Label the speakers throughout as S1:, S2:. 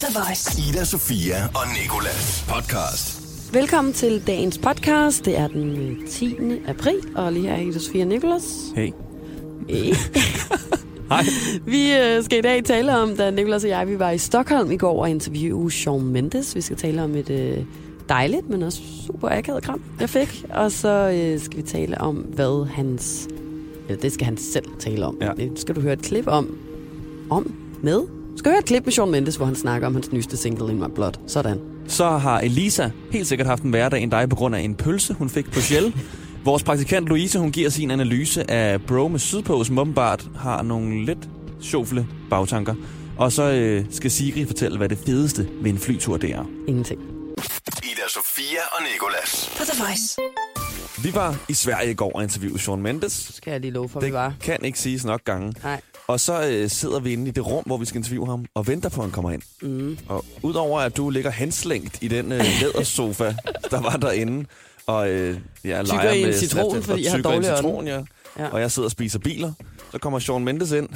S1: The Voice.
S2: Ida, Sofia og Nikolas podcast.
S3: Velkommen til dagens podcast. Det er den 10. april, og lige her er Ida Sofia Nikolas.
S4: Hey.
S3: Hey.
S4: Hej.
S3: Vi øh, skal i dag tale om, da Nikolas og jeg vi var i Stockholm i går og interviewede Shawn Mendes. Vi skal tale om et øh, dejligt, men også super akavet kram, jeg fik. Og så øh, skal vi tale om, hvad hans... Eller det skal han selv tale om.
S4: Ja.
S3: Det skal du høre et klip om. Om? Med? Du skal høre et klip med Shawn Mendes, hvor han snakker om hans nyeste single, In My Blood. Sådan.
S4: Så har Elisa helt sikkert haft en hverdag end dig på grund af en pølse, hun fik på Shell. Vores praktikant Louise, hun giver sin analyse af Bro med Sydpå, som åbenbart har nogle lidt sjofle bagtanker. Og så øh, skal Sigrid fortælle, hvad det fedeste ved en flytur det er.
S3: Ingenting.
S2: Ida, Sofia og Nikolas.
S1: På The Voice.
S4: Vi var i Sverige i går og interviewede Sean Mendes.
S3: Skal jeg lige love for, at vi
S4: Det
S3: var.
S4: kan ikke siges nok gange.
S3: Nej.
S4: Og så øh, sidder vi inde i det rum, hvor vi skal interviewe ham, og venter på, at han kommer ind.
S3: Mm.
S4: Og udover at du ligger henslængt i den øh, lædersofa, der var derinde, og øh, jeg
S3: Tykker
S4: leger
S3: i en
S4: med
S3: citron,
S4: Snapchat,
S3: fordi
S4: og
S3: jeg har
S4: tykker i en
S3: dårlig ånde.
S4: citron, ja.
S3: Ja.
S4: Og jeg sidder og spiser biler. Så kommer Sean Mendes ind.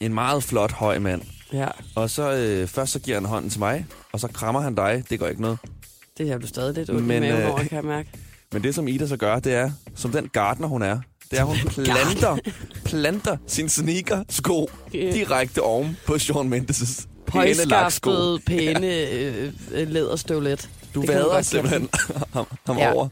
S4: En meget flot, høj mand.
S3: Ja,
S4: Og så øh, først så giver han hånden til mig, og så krammer han dig. Det gør ikke noget.
S3: det har du stadig lidt ondt i
S4: Men,
S3: maven
S4: øh,
S3: over, kan jeg mærke.
S4: Men det, som Ida så gør, det er, som den gartner hun er, det er, hun planter, planter sin sneaker sko
S3: Ja.
S4: direkte oven på Sean Mendes' pæne laksko.
S3: Højskaftet, pæne øh, øh, læderstøvlet.
S4: Du
S3: Det kan jeg
S4: vader
S3: godt
S4: simpelthen ham, ham
S3: Ja.
S4: ja. over,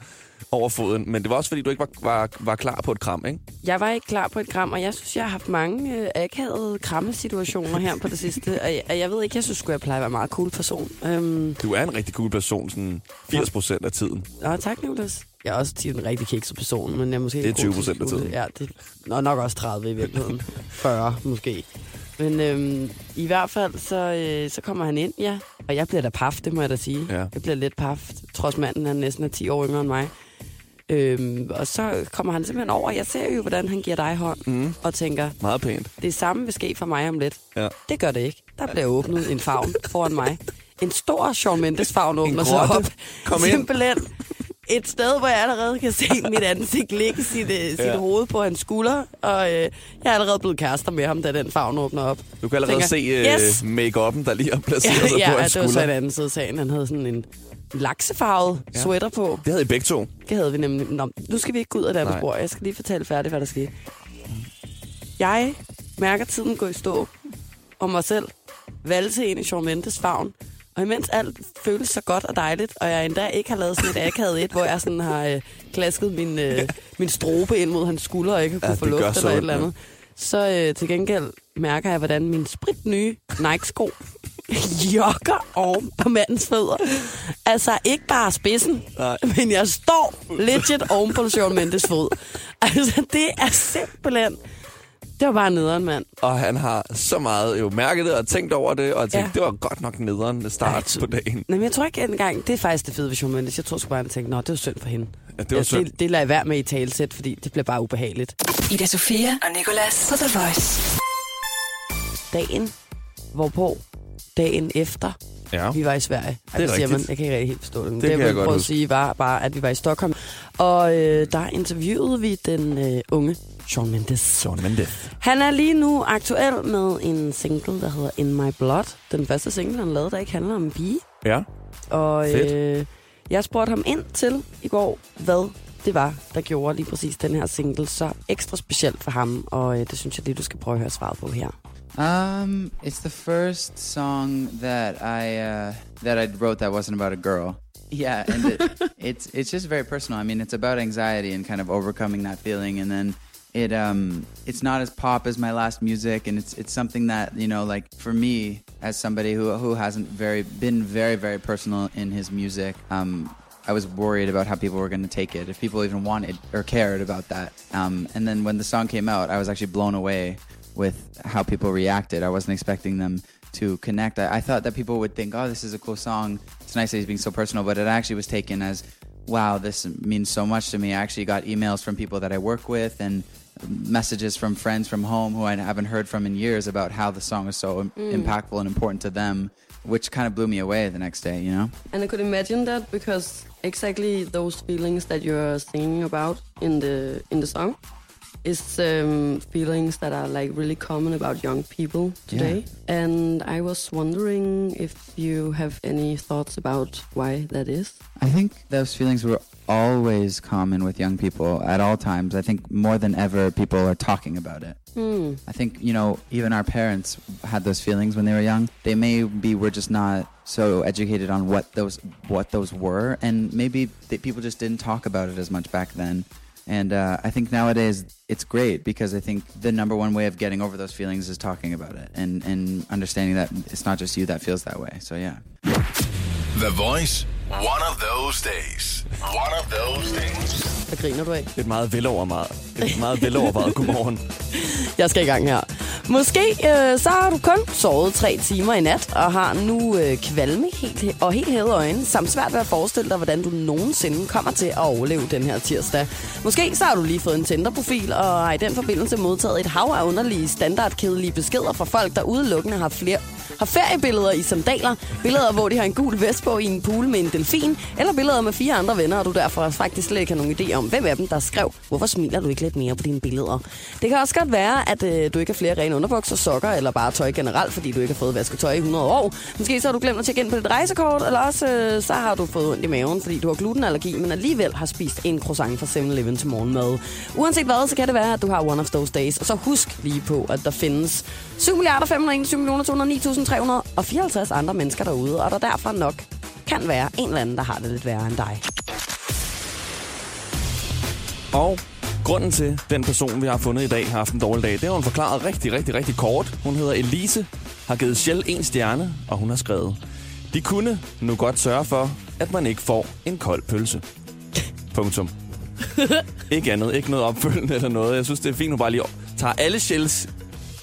S4: over foden. Men det var også, fordi du ikke var, var, var klar på et kram, ikke?
S3: Jeg var ikke klar på et kram, og jeg synes, jeg har haft mange øh, akavede krammesituationer her på det sidste. Og jeg, og jeg ved ikke, jeg synes sgu, jeg plejer at være en meget cool person. Øhm,
S4: Du er en rigtig cool person, sådan 80 procent af tiden.
S3: nå, tak, Niklas. Jeg er også tit en rigtig kikset person, men jeg er måske
S4: Det er
S3: ikke god til
S4: 20% af
S3: skjule
S4: tiden.
S3: Ja, det er nok også 30 i virkeligheden. 40 måske. Men øhm, i hvert fald, så, øh, så kommer han ind, ja. Og jeg bliver da paf, det må jeg da sige.
S4: Ja.
S3: Jeg bliver lidt paf, trods manden, han næsten er 10 år yngre end mig. Øhm, og så kommer han simpelthen over, og jeg ser jo, hvordan han giver dig hånd, mm. og tænker,
S4: Meget pænt.
S3: det samme vil ske for mig om lidt.
S4: Ja.
S3: Det gør det ikke. Der bliver åbnet en favn foran mig. En stor Shawn Mendes favn åbner sig
S4: grotte.
S3: op.
S4: Kom ind.
S3: Simpelthen et sted, hvor jeg allerede kan se mit ansigt ligge sit, øh, sit ja.
S4: Ja.
S3: hoved på hans skulder. Og øh, jeg er allerede blevet kærester med ham, da den favn åbner op.
S4: Du kan allerede
S3: Tænker,
S4: Tænker, se
S3: yes.
S4: uh, make-up'en, der lige er placeret
S3: Ja,
S4: på
S3: ja,
S4: hans
S3: det var så en
S4: skulder.
S3: anden side af sagen. Han havde sådan en laksefarvet ja.
S4: Ja.
S3: sweater på.
S4: Det havde I begge to.
S3: Det havde vi nemlig. Nå, nu skal vi ikke gå ud af det andet
S4: Nej.
S3: spor. Jeg skal lige fortælle færdigt, hvad der skete. Jeg mærker tiden gå i stå og mig selv valgte en i Shawn Mendes favn. Og imens alt føles så godt og dejligt, og jeg endda ikke har lavet sådan et akavet et, hvor jeg sådan har øh, klasket min, øh, min strobe ind mod hans skulder, og ikke har
S4: Ja,
S3: kunne få
S4: det gør
S3: luft
S4: så
S3: eller et
S4: ondt,
S3: eller andet. Så øh, til gengæld mærker jeg, hvordan min spritnye Nike-sko jokker oven på mandens fødder. Altså ikke bare spidsen,
S4: Nej.
S3: men jeg står legit oven på Shawn Mendes fod. Altså det er simpelthen... Det var bare nederen, mand.
S4: Og han har så meget jo mærket det og tænkt over det, og tænkt,
S3: Ja.
S4: ja. det var godt nok nederen start
S3: Ej,
S4: Ej, på dagen.
S3: Nej, men jeg tror ikke engang, det er faktisk det fede ved Shawn Mendes. Jeg tror sgu bare, han tænkte, nå, det var synd for hende. Altså,
S4: Ja, det var synd.
S3: Det, det lader jeg være med i talsæt, fordi det bliver bare ubehageligt.
S1: Ida Sofia og Nikolas. På The Voice.
S3: Dagen, hvorpå dagen efter,
S4: Ja.
S3: vi var i Sverige. Ej,
S4: Det er
S3: siger
S4: rigtigt.
S3: man, jeg kan ikke rigtig helt forstå det. men
S4: Det
S3: det
S4: kan jeg
S3: ville
S4: godt
S3: prøve at
S4: huske.
S3: sige, var bare, at vi var i Stockholm. Og øh, der interviewede vi den øh, unge Shawn Mendes.
S4: Sean Mendes.
S3: Han er lige nu aktuel med en single, der hedder In My Blood. Den første single, han lavede, der ikke handler om en pige.
S4: Ja.
S3: Og
S4: Fedt.
S3: øh, jeg spurgte ham ind til i går, hvad det var, der gjorde lige præcis den her single så ekstra specielt for ham. Og øh, det synes jeg lige, du skal prøve at høre svaret på her.
S5: Um, it's the first song that I uh, that I wrote that wasn't about a girl. Yeah, and it, it's it's just very personal. I mean, it's about anxiety and kind of overcoming that feeling, and then it um it's not as pop as my last music, and it's it's something that you know like for me as somebody who who hasn't very been very very personal in his music. Um, I was worried about how people were going to take it, if people even wanted or cared about that. Um, and then when the song came out, I was actually blown away with how people reacted. I wasn't expecting them to connect. I, I thought that people would think, "Oh, this is a cool song. It's nice that he's being so personal," but it actually was taken as, "Wow, this means so much to me." I actually got emails from people that I work with and messages from friends from home who I haven't heard from in years about how the song is so im- impactful and important to them, which kind of blew me away the next day. You know.
S6: And I could imagine that because exactly those feelings that you're singing about in the in the song It's um, feelings that are like really common about young people today. And I was wondering if you have any thoughts about why that is.
S5: I think those feelings were always common with young people at all times. I think more than ever, people are talking about it.
S6: Hmm.
S5: I think, you know, even our parents had those feelings when they were young. They maybe were just not so educated on what those what those were and maybe that people just didn't talk about it as much back then. And uh, I think nowadays it's great because I think the number one way of getting over those feelings is talking about it and, and understanding that it's not just you that feels that way. So, yeah.
S2: The Voice. One of those days. One of those days.
S6: Hvad griner du af?
S4: Det er et meget velovervejet, et meget velovervejet godmorgen.
S3: Jeg skal i gang her. Måske øh, så har du kun sovet tre timer i nat, og har nu øh, kvalme helt, og helt hævede øjne, samt svært ved at forestille dig, hvordan du nogensinde kommer til at overleve den her tirsdag. Måske så har du lige fået en Tinder-profil, og har i den forbindelse modtaget et hav af underlige, standardkedelige beskeder fra folk, der udelukkende har flere har feriebilleder i sandaler, billeder, hvor de har en gul vest på i en pool med en delfin, eller billeder med fire andre venner, og du derfor faktisk slet ikke har nogen idé om, hvem af dem, der skrev, hvorfor smiler du ikke lidt mere på dine billeder? Det kan også godt være, at øh, du ikke har flere rene underbukser, sokker eller bare tøj generelt, fordi du ikke har fået vasket tøj i 100 år. Måske så har du glemt at tjekke ind på dit rejsekort, eller også øh, så har du fået ondt i maven, fordi du har glutenallergi, men alligevel har spist en croissant fra 7-Eleven til morgenmad. Uanset hvad, så kan det være, at du har one of those days, og så husk lige på, at der findes 7 milliarder 521 millioner 209.354 andre mennesker derude, og der derfor nok kan være en eller anden, der har det lidt værre end dig.
S4: Og grunden til, den person, vi har fundet i dag, har haft en dårlig dag, det har hun forklaret rigtig, rigtig, rigtig kort. Hun hedder Elise, har givet Shell en stjerne, og hun har skrevet, de kunne nu godt sørge for, at man ikke får en kold pølse. Punktum. ikke andet, ikke noget opfølgende eller noget. Jeg synes, det er fint, hun bare lige tager alle Shells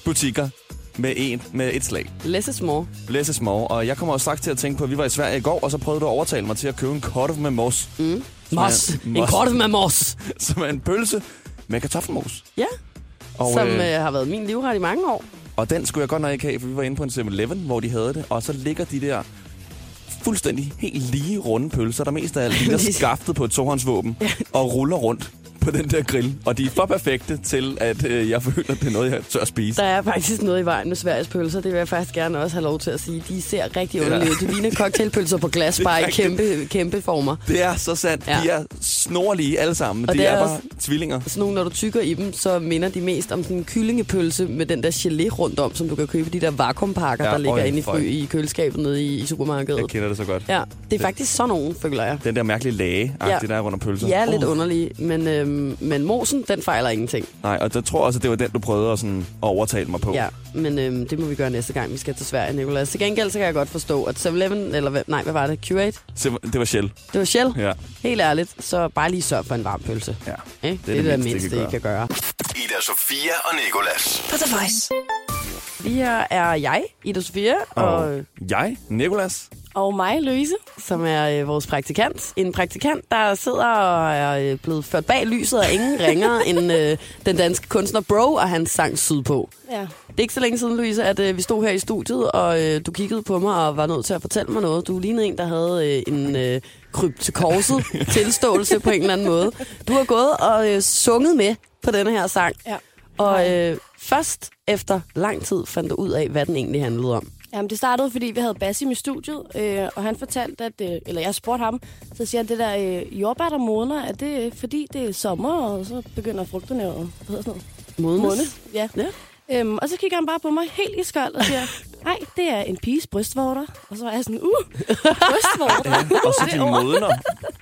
S4: butikker med, en, med et slag.
S6: Less is more.
S4: Less is more. Og jeg kommer også straks til at tænke på, at vi var i Sverige i går, og så prøvede du at overtale mig til at købe en korv med mos. Mm.
S3: Mos. En kort med mos.
S4: som er en pølse med kartoffelmos.
S6: Ja,
S4: Og,
S6: som
S4: øh,
S6: øh, har været min livret i mange år.
S4: og den skulle jeg godt nok ikke have, for vi var inde på en 7-Eleven, hvor de havde det. Og så ligger de der fuldstændig helt lige runde pølser, der mest af alt ligner skaftet på et tohåndsvåben, og ruller rundt på den der grill. Og de er for perfekte til, at øh, jeg føler, at det er noget, jeg tør at spise.
S6: Der er faktisk noget i vejen med Sveriges pølser, det vil jeg faktisk gerne også have lov til at sige. De ser rigtig
S4: Ja.
S6: underlige ud. De ligner cocktailpølser på glas,
S4: Det er
S6: bare i
S4: rigtigt.
S6: kæmpe, kæmpe former.
S4: Det er så sandt. Ja.
S6: Ja.
S4: De er snorlige alle sammen.
S6: Og
S4: de
S6: det
S4: er,
S6: er
S4: bare
S6: også-
S4: tvillinger.
S6: Sådan nogle, når du tykker i dem, så minder de mest om sådan en kyllingepølse med den der gelé rundt om, som du kan købe i de der vakuumpakker,
S4: Ja,
S6: ja, der ligger
S4: øj,
S6: inde i,
S4: øj.
S6: fry, i køleskabet nede i, i
S4: Jeg
S6: supermarkedet.
S4: kender det så godt.
S6: Ja, det er faktisk sådan nogen, føler jeg.
S4: Den der mærkelige lage, ja.
S6: Ja.
S4: der er rundt om pølser.
S6: De er lidt
S4: Uh.
S6: underlige, men, øhm, men mosen, den fejler ingenting.
S4: Nej, og der tror jeg også, at det var den, du prøvede at, sådan, at overtale mig på.
S6: Ja, men øhm, det må vi gøre næste gang, vi skal til Sverige, Nicolas. Til gengæld så kan jeg godt forstå, at 7-Eleven, eller hvad, nej, hvad var det? Q8?
S4: Så Det var Shell.
S6: Det var Shell.
S4: Ja.
S6: Helt ærligt, så bare lige sørg for en varm pølse.
S4: ja.
S6: Ikke? Det, er det, det mindste, I kan gøre.
S2: Ida Sofia og Nikolas.
S1: På The Voice.
S6: Lige her er jeg, Ida Sofia, og
S4: Og jeg, Nikolas,
S6: Og mig, Louise, som er øh, vores praktikant. En praktikant, der sidder og er øh, blevet ført bag lyset af ingen ringer end øh, den danske kunstner Bro og hans sang Sydpå.
S7: Ja.
S6: Det er ikke så længe siden, Louise, at øh, vi stod her i studiet, og øh, du kiggede på mig og var nødt til at fortælle mig noget. Du lignede en, der havde øh, en øh, kryb til korset tilståelse på en eller anden måde. Du har gået og øh, sunget med på denne her sang.
S7: Ja.
S6: Og øh, først efter lang tid fandt du ud af, hvad den egentlig handlede om.
S7: Jamen, det startede, fordi vi havde Basim i studiet, øh, og han fortalte, at, øh, eller jeg spurgte ham, så siger han, det der øh, jordbær, der modner, er det øh, fordi, det er sommer, og så begynder frugterne at, hvad hedder sådan noget,
S6: Modnes.
S7: modne? Ja.
S6: Ja.
S7: Øhm, og så kigger han bare på mig helt i skold og siger, nej, det er en piges brystvorter. Og så er jeg sådan, uh, brystvorter.
S4: og så de modner.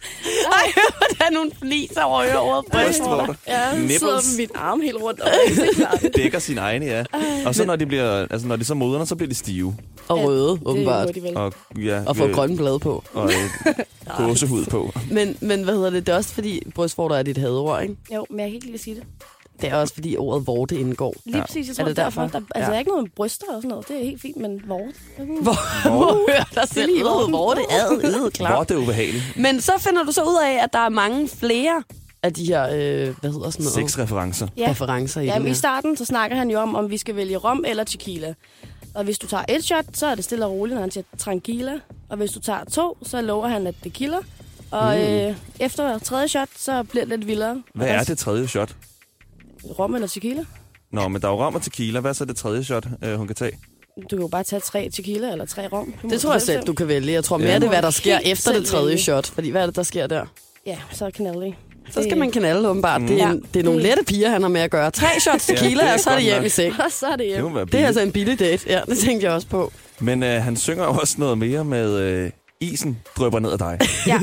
S6: Ej, hvordan hun fniser over øret.
S4: Brystvorter.
S7: Ja, så sidder
S4: Nipples.
S7: mit arm helt rundt om. Jeg kan ikke klare det.
S4: Dækker sin egne, ja. Og så når de, bliver, altså, når de så modner, så bliver de stive.
S6: Og røde,
S7: Det
S6: åbenbart.
S7: må de vel.
S4: Og, ja,
S6: Og får
S4: øh,
S6: grønne blade på.
S4: Og øh, gåsehud på.
S6: Men, men hvad hedder det? Det er også fordi, brystvorter er dit hadeord, ikke?
S7: Jo, men jeg kan ikke lige sige det.
S6: Det er også fordi, ordet vorte indgår.
S7: Lige
S4: Ja.
S7: ja. præcis, jeg
S6: Er
S7: tror,
S6: det
S7: det er derfor.
S6: derfor?
S7: Der, altså, ja.
S6: Ja.
S7: der er ikke noget med bryster og sådan noget. Det er helt fint, men vorter.
S6: Hvor, hvor hører der selv
S7: lige
S6: ud?
S7: vorten.
S6: Vorte, ad, ad,
S4: Hvor er
S6: klar.
S4: det ubehageligt.
S6: Men så finder du så ud af, at der er mange flere af de her, øh, hvad hedder sådan noget?
S4: Seks referencer.
S7: Ja.
S6: referencer i
S7: Ja,
S6: den
S7: men i
S6: her.
S7: starten, så snakker han jo om, om vi skal vælge rom eller tequila. Og hvis du tager et shot, så er det stille og roligt, når han siger tranquila. Og hvis du tager to, så lover han, at det kilder. Og mm. øh, efter tredje shot, så bliver det lidt vildere.
S4: Hvad er det tredje shot?
S7: rom eller tequila.
S4: Nå, men der er jo ram og tequila. Hvad er så det tredje shot, øh, hun kan tage?
S7: Du kan jo bare tage tre tequila eller tre rom. Du må
S3: Det tror jeg
S7: bestemme.
S3: selv, du kan vælge. Jeg tror mere,
S4: Ja.
S3: det er, hvad der
S7: Helt
S3: sker efter
S7: selv
S3: det tredje
S7: vælge.
S3: shot. Fordi hvad er det, der sker der?
S7: Ja, så knalde det.
S3: Så skal man knalde, åbenbart. Det er,
S7: Ja.
S3: en, det er nogle lette piger, han har med at gøre. Tre shots tequila,
S4: det er
S3: og så er det
S4: godt
S3: hjem
S4: nok.
S3: i seng.
S7: Og så er det
S4: Det må
S7: hjem.
S4: være
S3: Det er
S4: billigt.
S3: altså en billig date. Ja, det tænkte jeg også på.
S4: Men øh, han synger jo også noget mere med øh, isen drøber ned ad dig.
S7: Ja.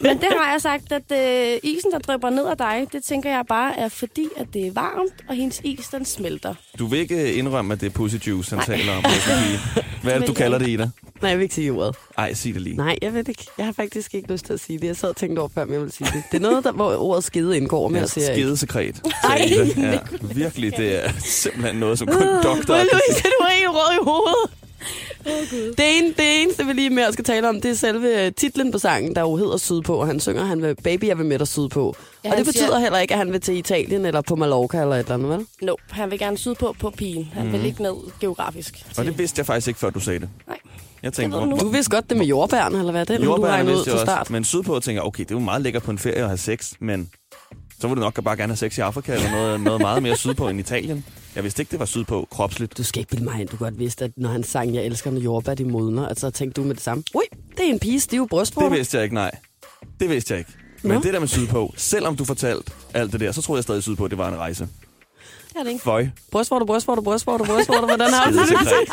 S7: Men det har jeg sagt, at øh, isen, der drøber ned af dig, det tænker jeg bare er fordi, at det er varmt, og hendes is, den smelter.
S4: Du vil ikke indrømme, at det er pussy juice, han taler om. vil jeg sige. Hvad er det, du kalder det, Ida?
S3: Nej, jeg vil ikke sige ordet.
S4: Ej, sig det lige.
S3: Nej, jeg ved det ikke. Jeg har faktisk ikke lyst til at sige det. Jeg sad og tænkte over, før men jeg ville sige det. Det er noget, der, hvor ordet skede indgår, men jeg siger jeg ikke.
S4: Skedesekret. sagde Ida. Ja, virkelig, det er simpelthen noget, som kun doktor
S3: Men
S4: kan sige.
S3: Louise, du er helt rød i hovedet. Det, ene, det eneste, vi lige mere skal tale om, det er selve øh, titlen på sangen, der jo hedder Sydpå, og han synger, han vil, Baby, jeg vil med dig Sydpå. Ja, og
S7: han
S3: det betyder
S7: siger-
S3: heller ikke, at han vil til Italien eller på Mallorca eller et eller andet, vel?
S7: Nope, han vil gerne sydpå på pigen. Han mm. vil ikke ned geografisk.
S4: Mhm. Og det vidste jeg faktisk ikke, før du sagde det.
S7: Nej.
S4: Jeg
S7: Det
S4: tænkte,
S7: ved du nu.
S3: Du vidste godt det med jordbærne, eller hvad? Det er den, du
S4: Jordbærne
S3: regnede ud
S4: vidste
S3: til
S4: jeg
S3: start.
S4: også, men sydpå tænker jeg, okay, det er jo meget lækkert på en ferie at have sex, men så vil du nok bare gerne have sex i Afrika eller noget, noget meget mere sydpå end Italien. Jeg vidste ikke, det var sydpå kropsligt.
S3: Du skal ikke bilde mig ind, du godt vidste, at når han sang, jeg elsker, når jordbær de modner, at så tænkte du med det samme. Ui, det er en pige stive brystvorter.
S4: Det vidste jeg ikke, nej. Det vidste jeg ikke. Men
S3: Nå.
S4: det der med sydpå, selvom du fortalte alt det der, så troede jeg stadig sydpå, det var en rejse.
S7: Det er det ikke.
S4: Føj.
S3: Brystvorter, brystvorter, brystvorter, brystvorter. Hvordan har du det?
S4: Skidesekret.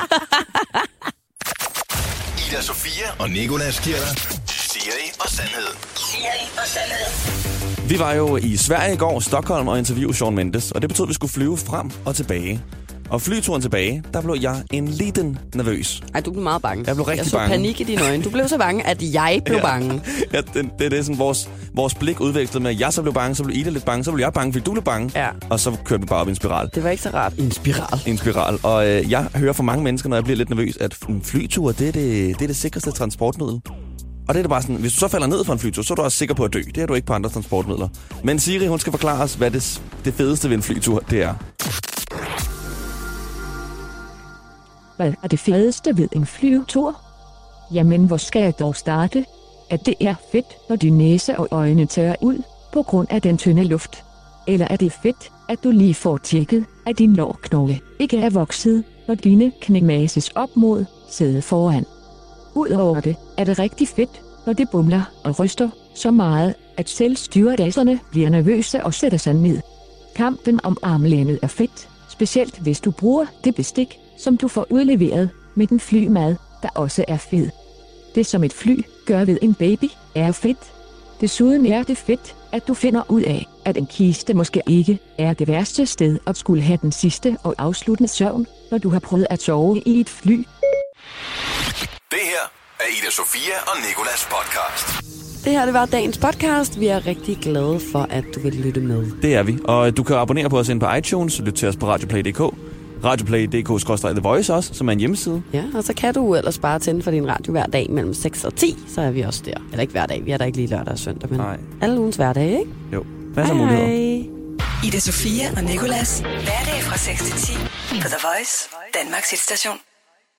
S2: Ida Sofia og Nikolas giver dig Siri og Sandhed. Siri og Sandhed.
S4: Vi var jo i Sverige i går, Stockholm, og interviewede Sean Mendes, og det betød, at vi skulle flyve frem og tilbage. Og flyturen tilbage, der blev jeg en liten nervøs.
S3: Ej, du blev meget bange.
S4: Jeg blev rigtig
S3: jeg så
S4: bange.
S3: panik i dine øjne. Du blev så bange, at jeg blev
S4: Ja.
S3: ja. bange.
S4: Ja, det, det, det er sådan, vores, vores blik udvekslede med, at jeg så blev bange, så blev Ida lidt bange, så blev jeg bange, fordi du blev bange.
S3: Ja.
S4: Og så kørte vi bare op i en spiral.
S3: Det var ikke så rart. En spiral.
S4: En spiral. Og øh, jeg hører fra mange mennesker, når jeg bliver lidt nervøs, at en flytur, det er det, det, er det sikreste transportmiddel. Og det er det bare sådan, hvis du så falder ned fra en flytur, så er du også sikker på at dø. Det er du ikke på andre transportmidler. Men Siri, hun skal forklare os, hvad det, s- det fedeste ved en flytur, det er.
S8: Hvad er det fedeste ved en flyvetur? Jamen, hvor skal jeg dog starte? At det er fedt, når din næse og øjne tørrer ud, på grund af den tynde luft. Eller er det fedt, at du lige får tjekket, at din lårknogle ikke er vokset, når dine knæ mases op mod sædet foran. Udover det, er det rigtig fedt, når det bumler og ryster så meget, at selv styredasserne bliver nervøse og sætter sig ned. Kampen om armlænet er fedt, specielt hvis du bruger det bestik, som du får udleveret med den flymad, der også er fed. Det som et fly gør ved en baby, er fedt. Desuden er det fedt, at du finder ud af, at en kiste måske ikke er det værste sted at skulle have den sidste og afsluttende søvn, når du har prøvet at sove i et fly.
S2: Det her er Ida Sofia og Nikolas podcast.
S3: Det her, det var dagens podcast. Vi er rigtig glade for, at du vil lytte med.
S4: Det er vi. Og øh, du kan abonnere på os ind på iTunes, lyt til os på radioplay.dk. Radioplay.dk-The Voice også, som er en hjemmeside.
S3: Ja, og så kan du ellers bare tænde for din radio hver dag mellem 6 og 10, så er vi også der. Eller ikke hver dag, vi er der ikke lige lørdag og søndag, men
S4: Nej.
S3: alle ugens hverdage, ikke?
S4: Jo, masser af muligheder.
S1: Ida Sofia og Nicolas. Hverdag fra 6 til 10 på The Voice, Danmarks hitstation.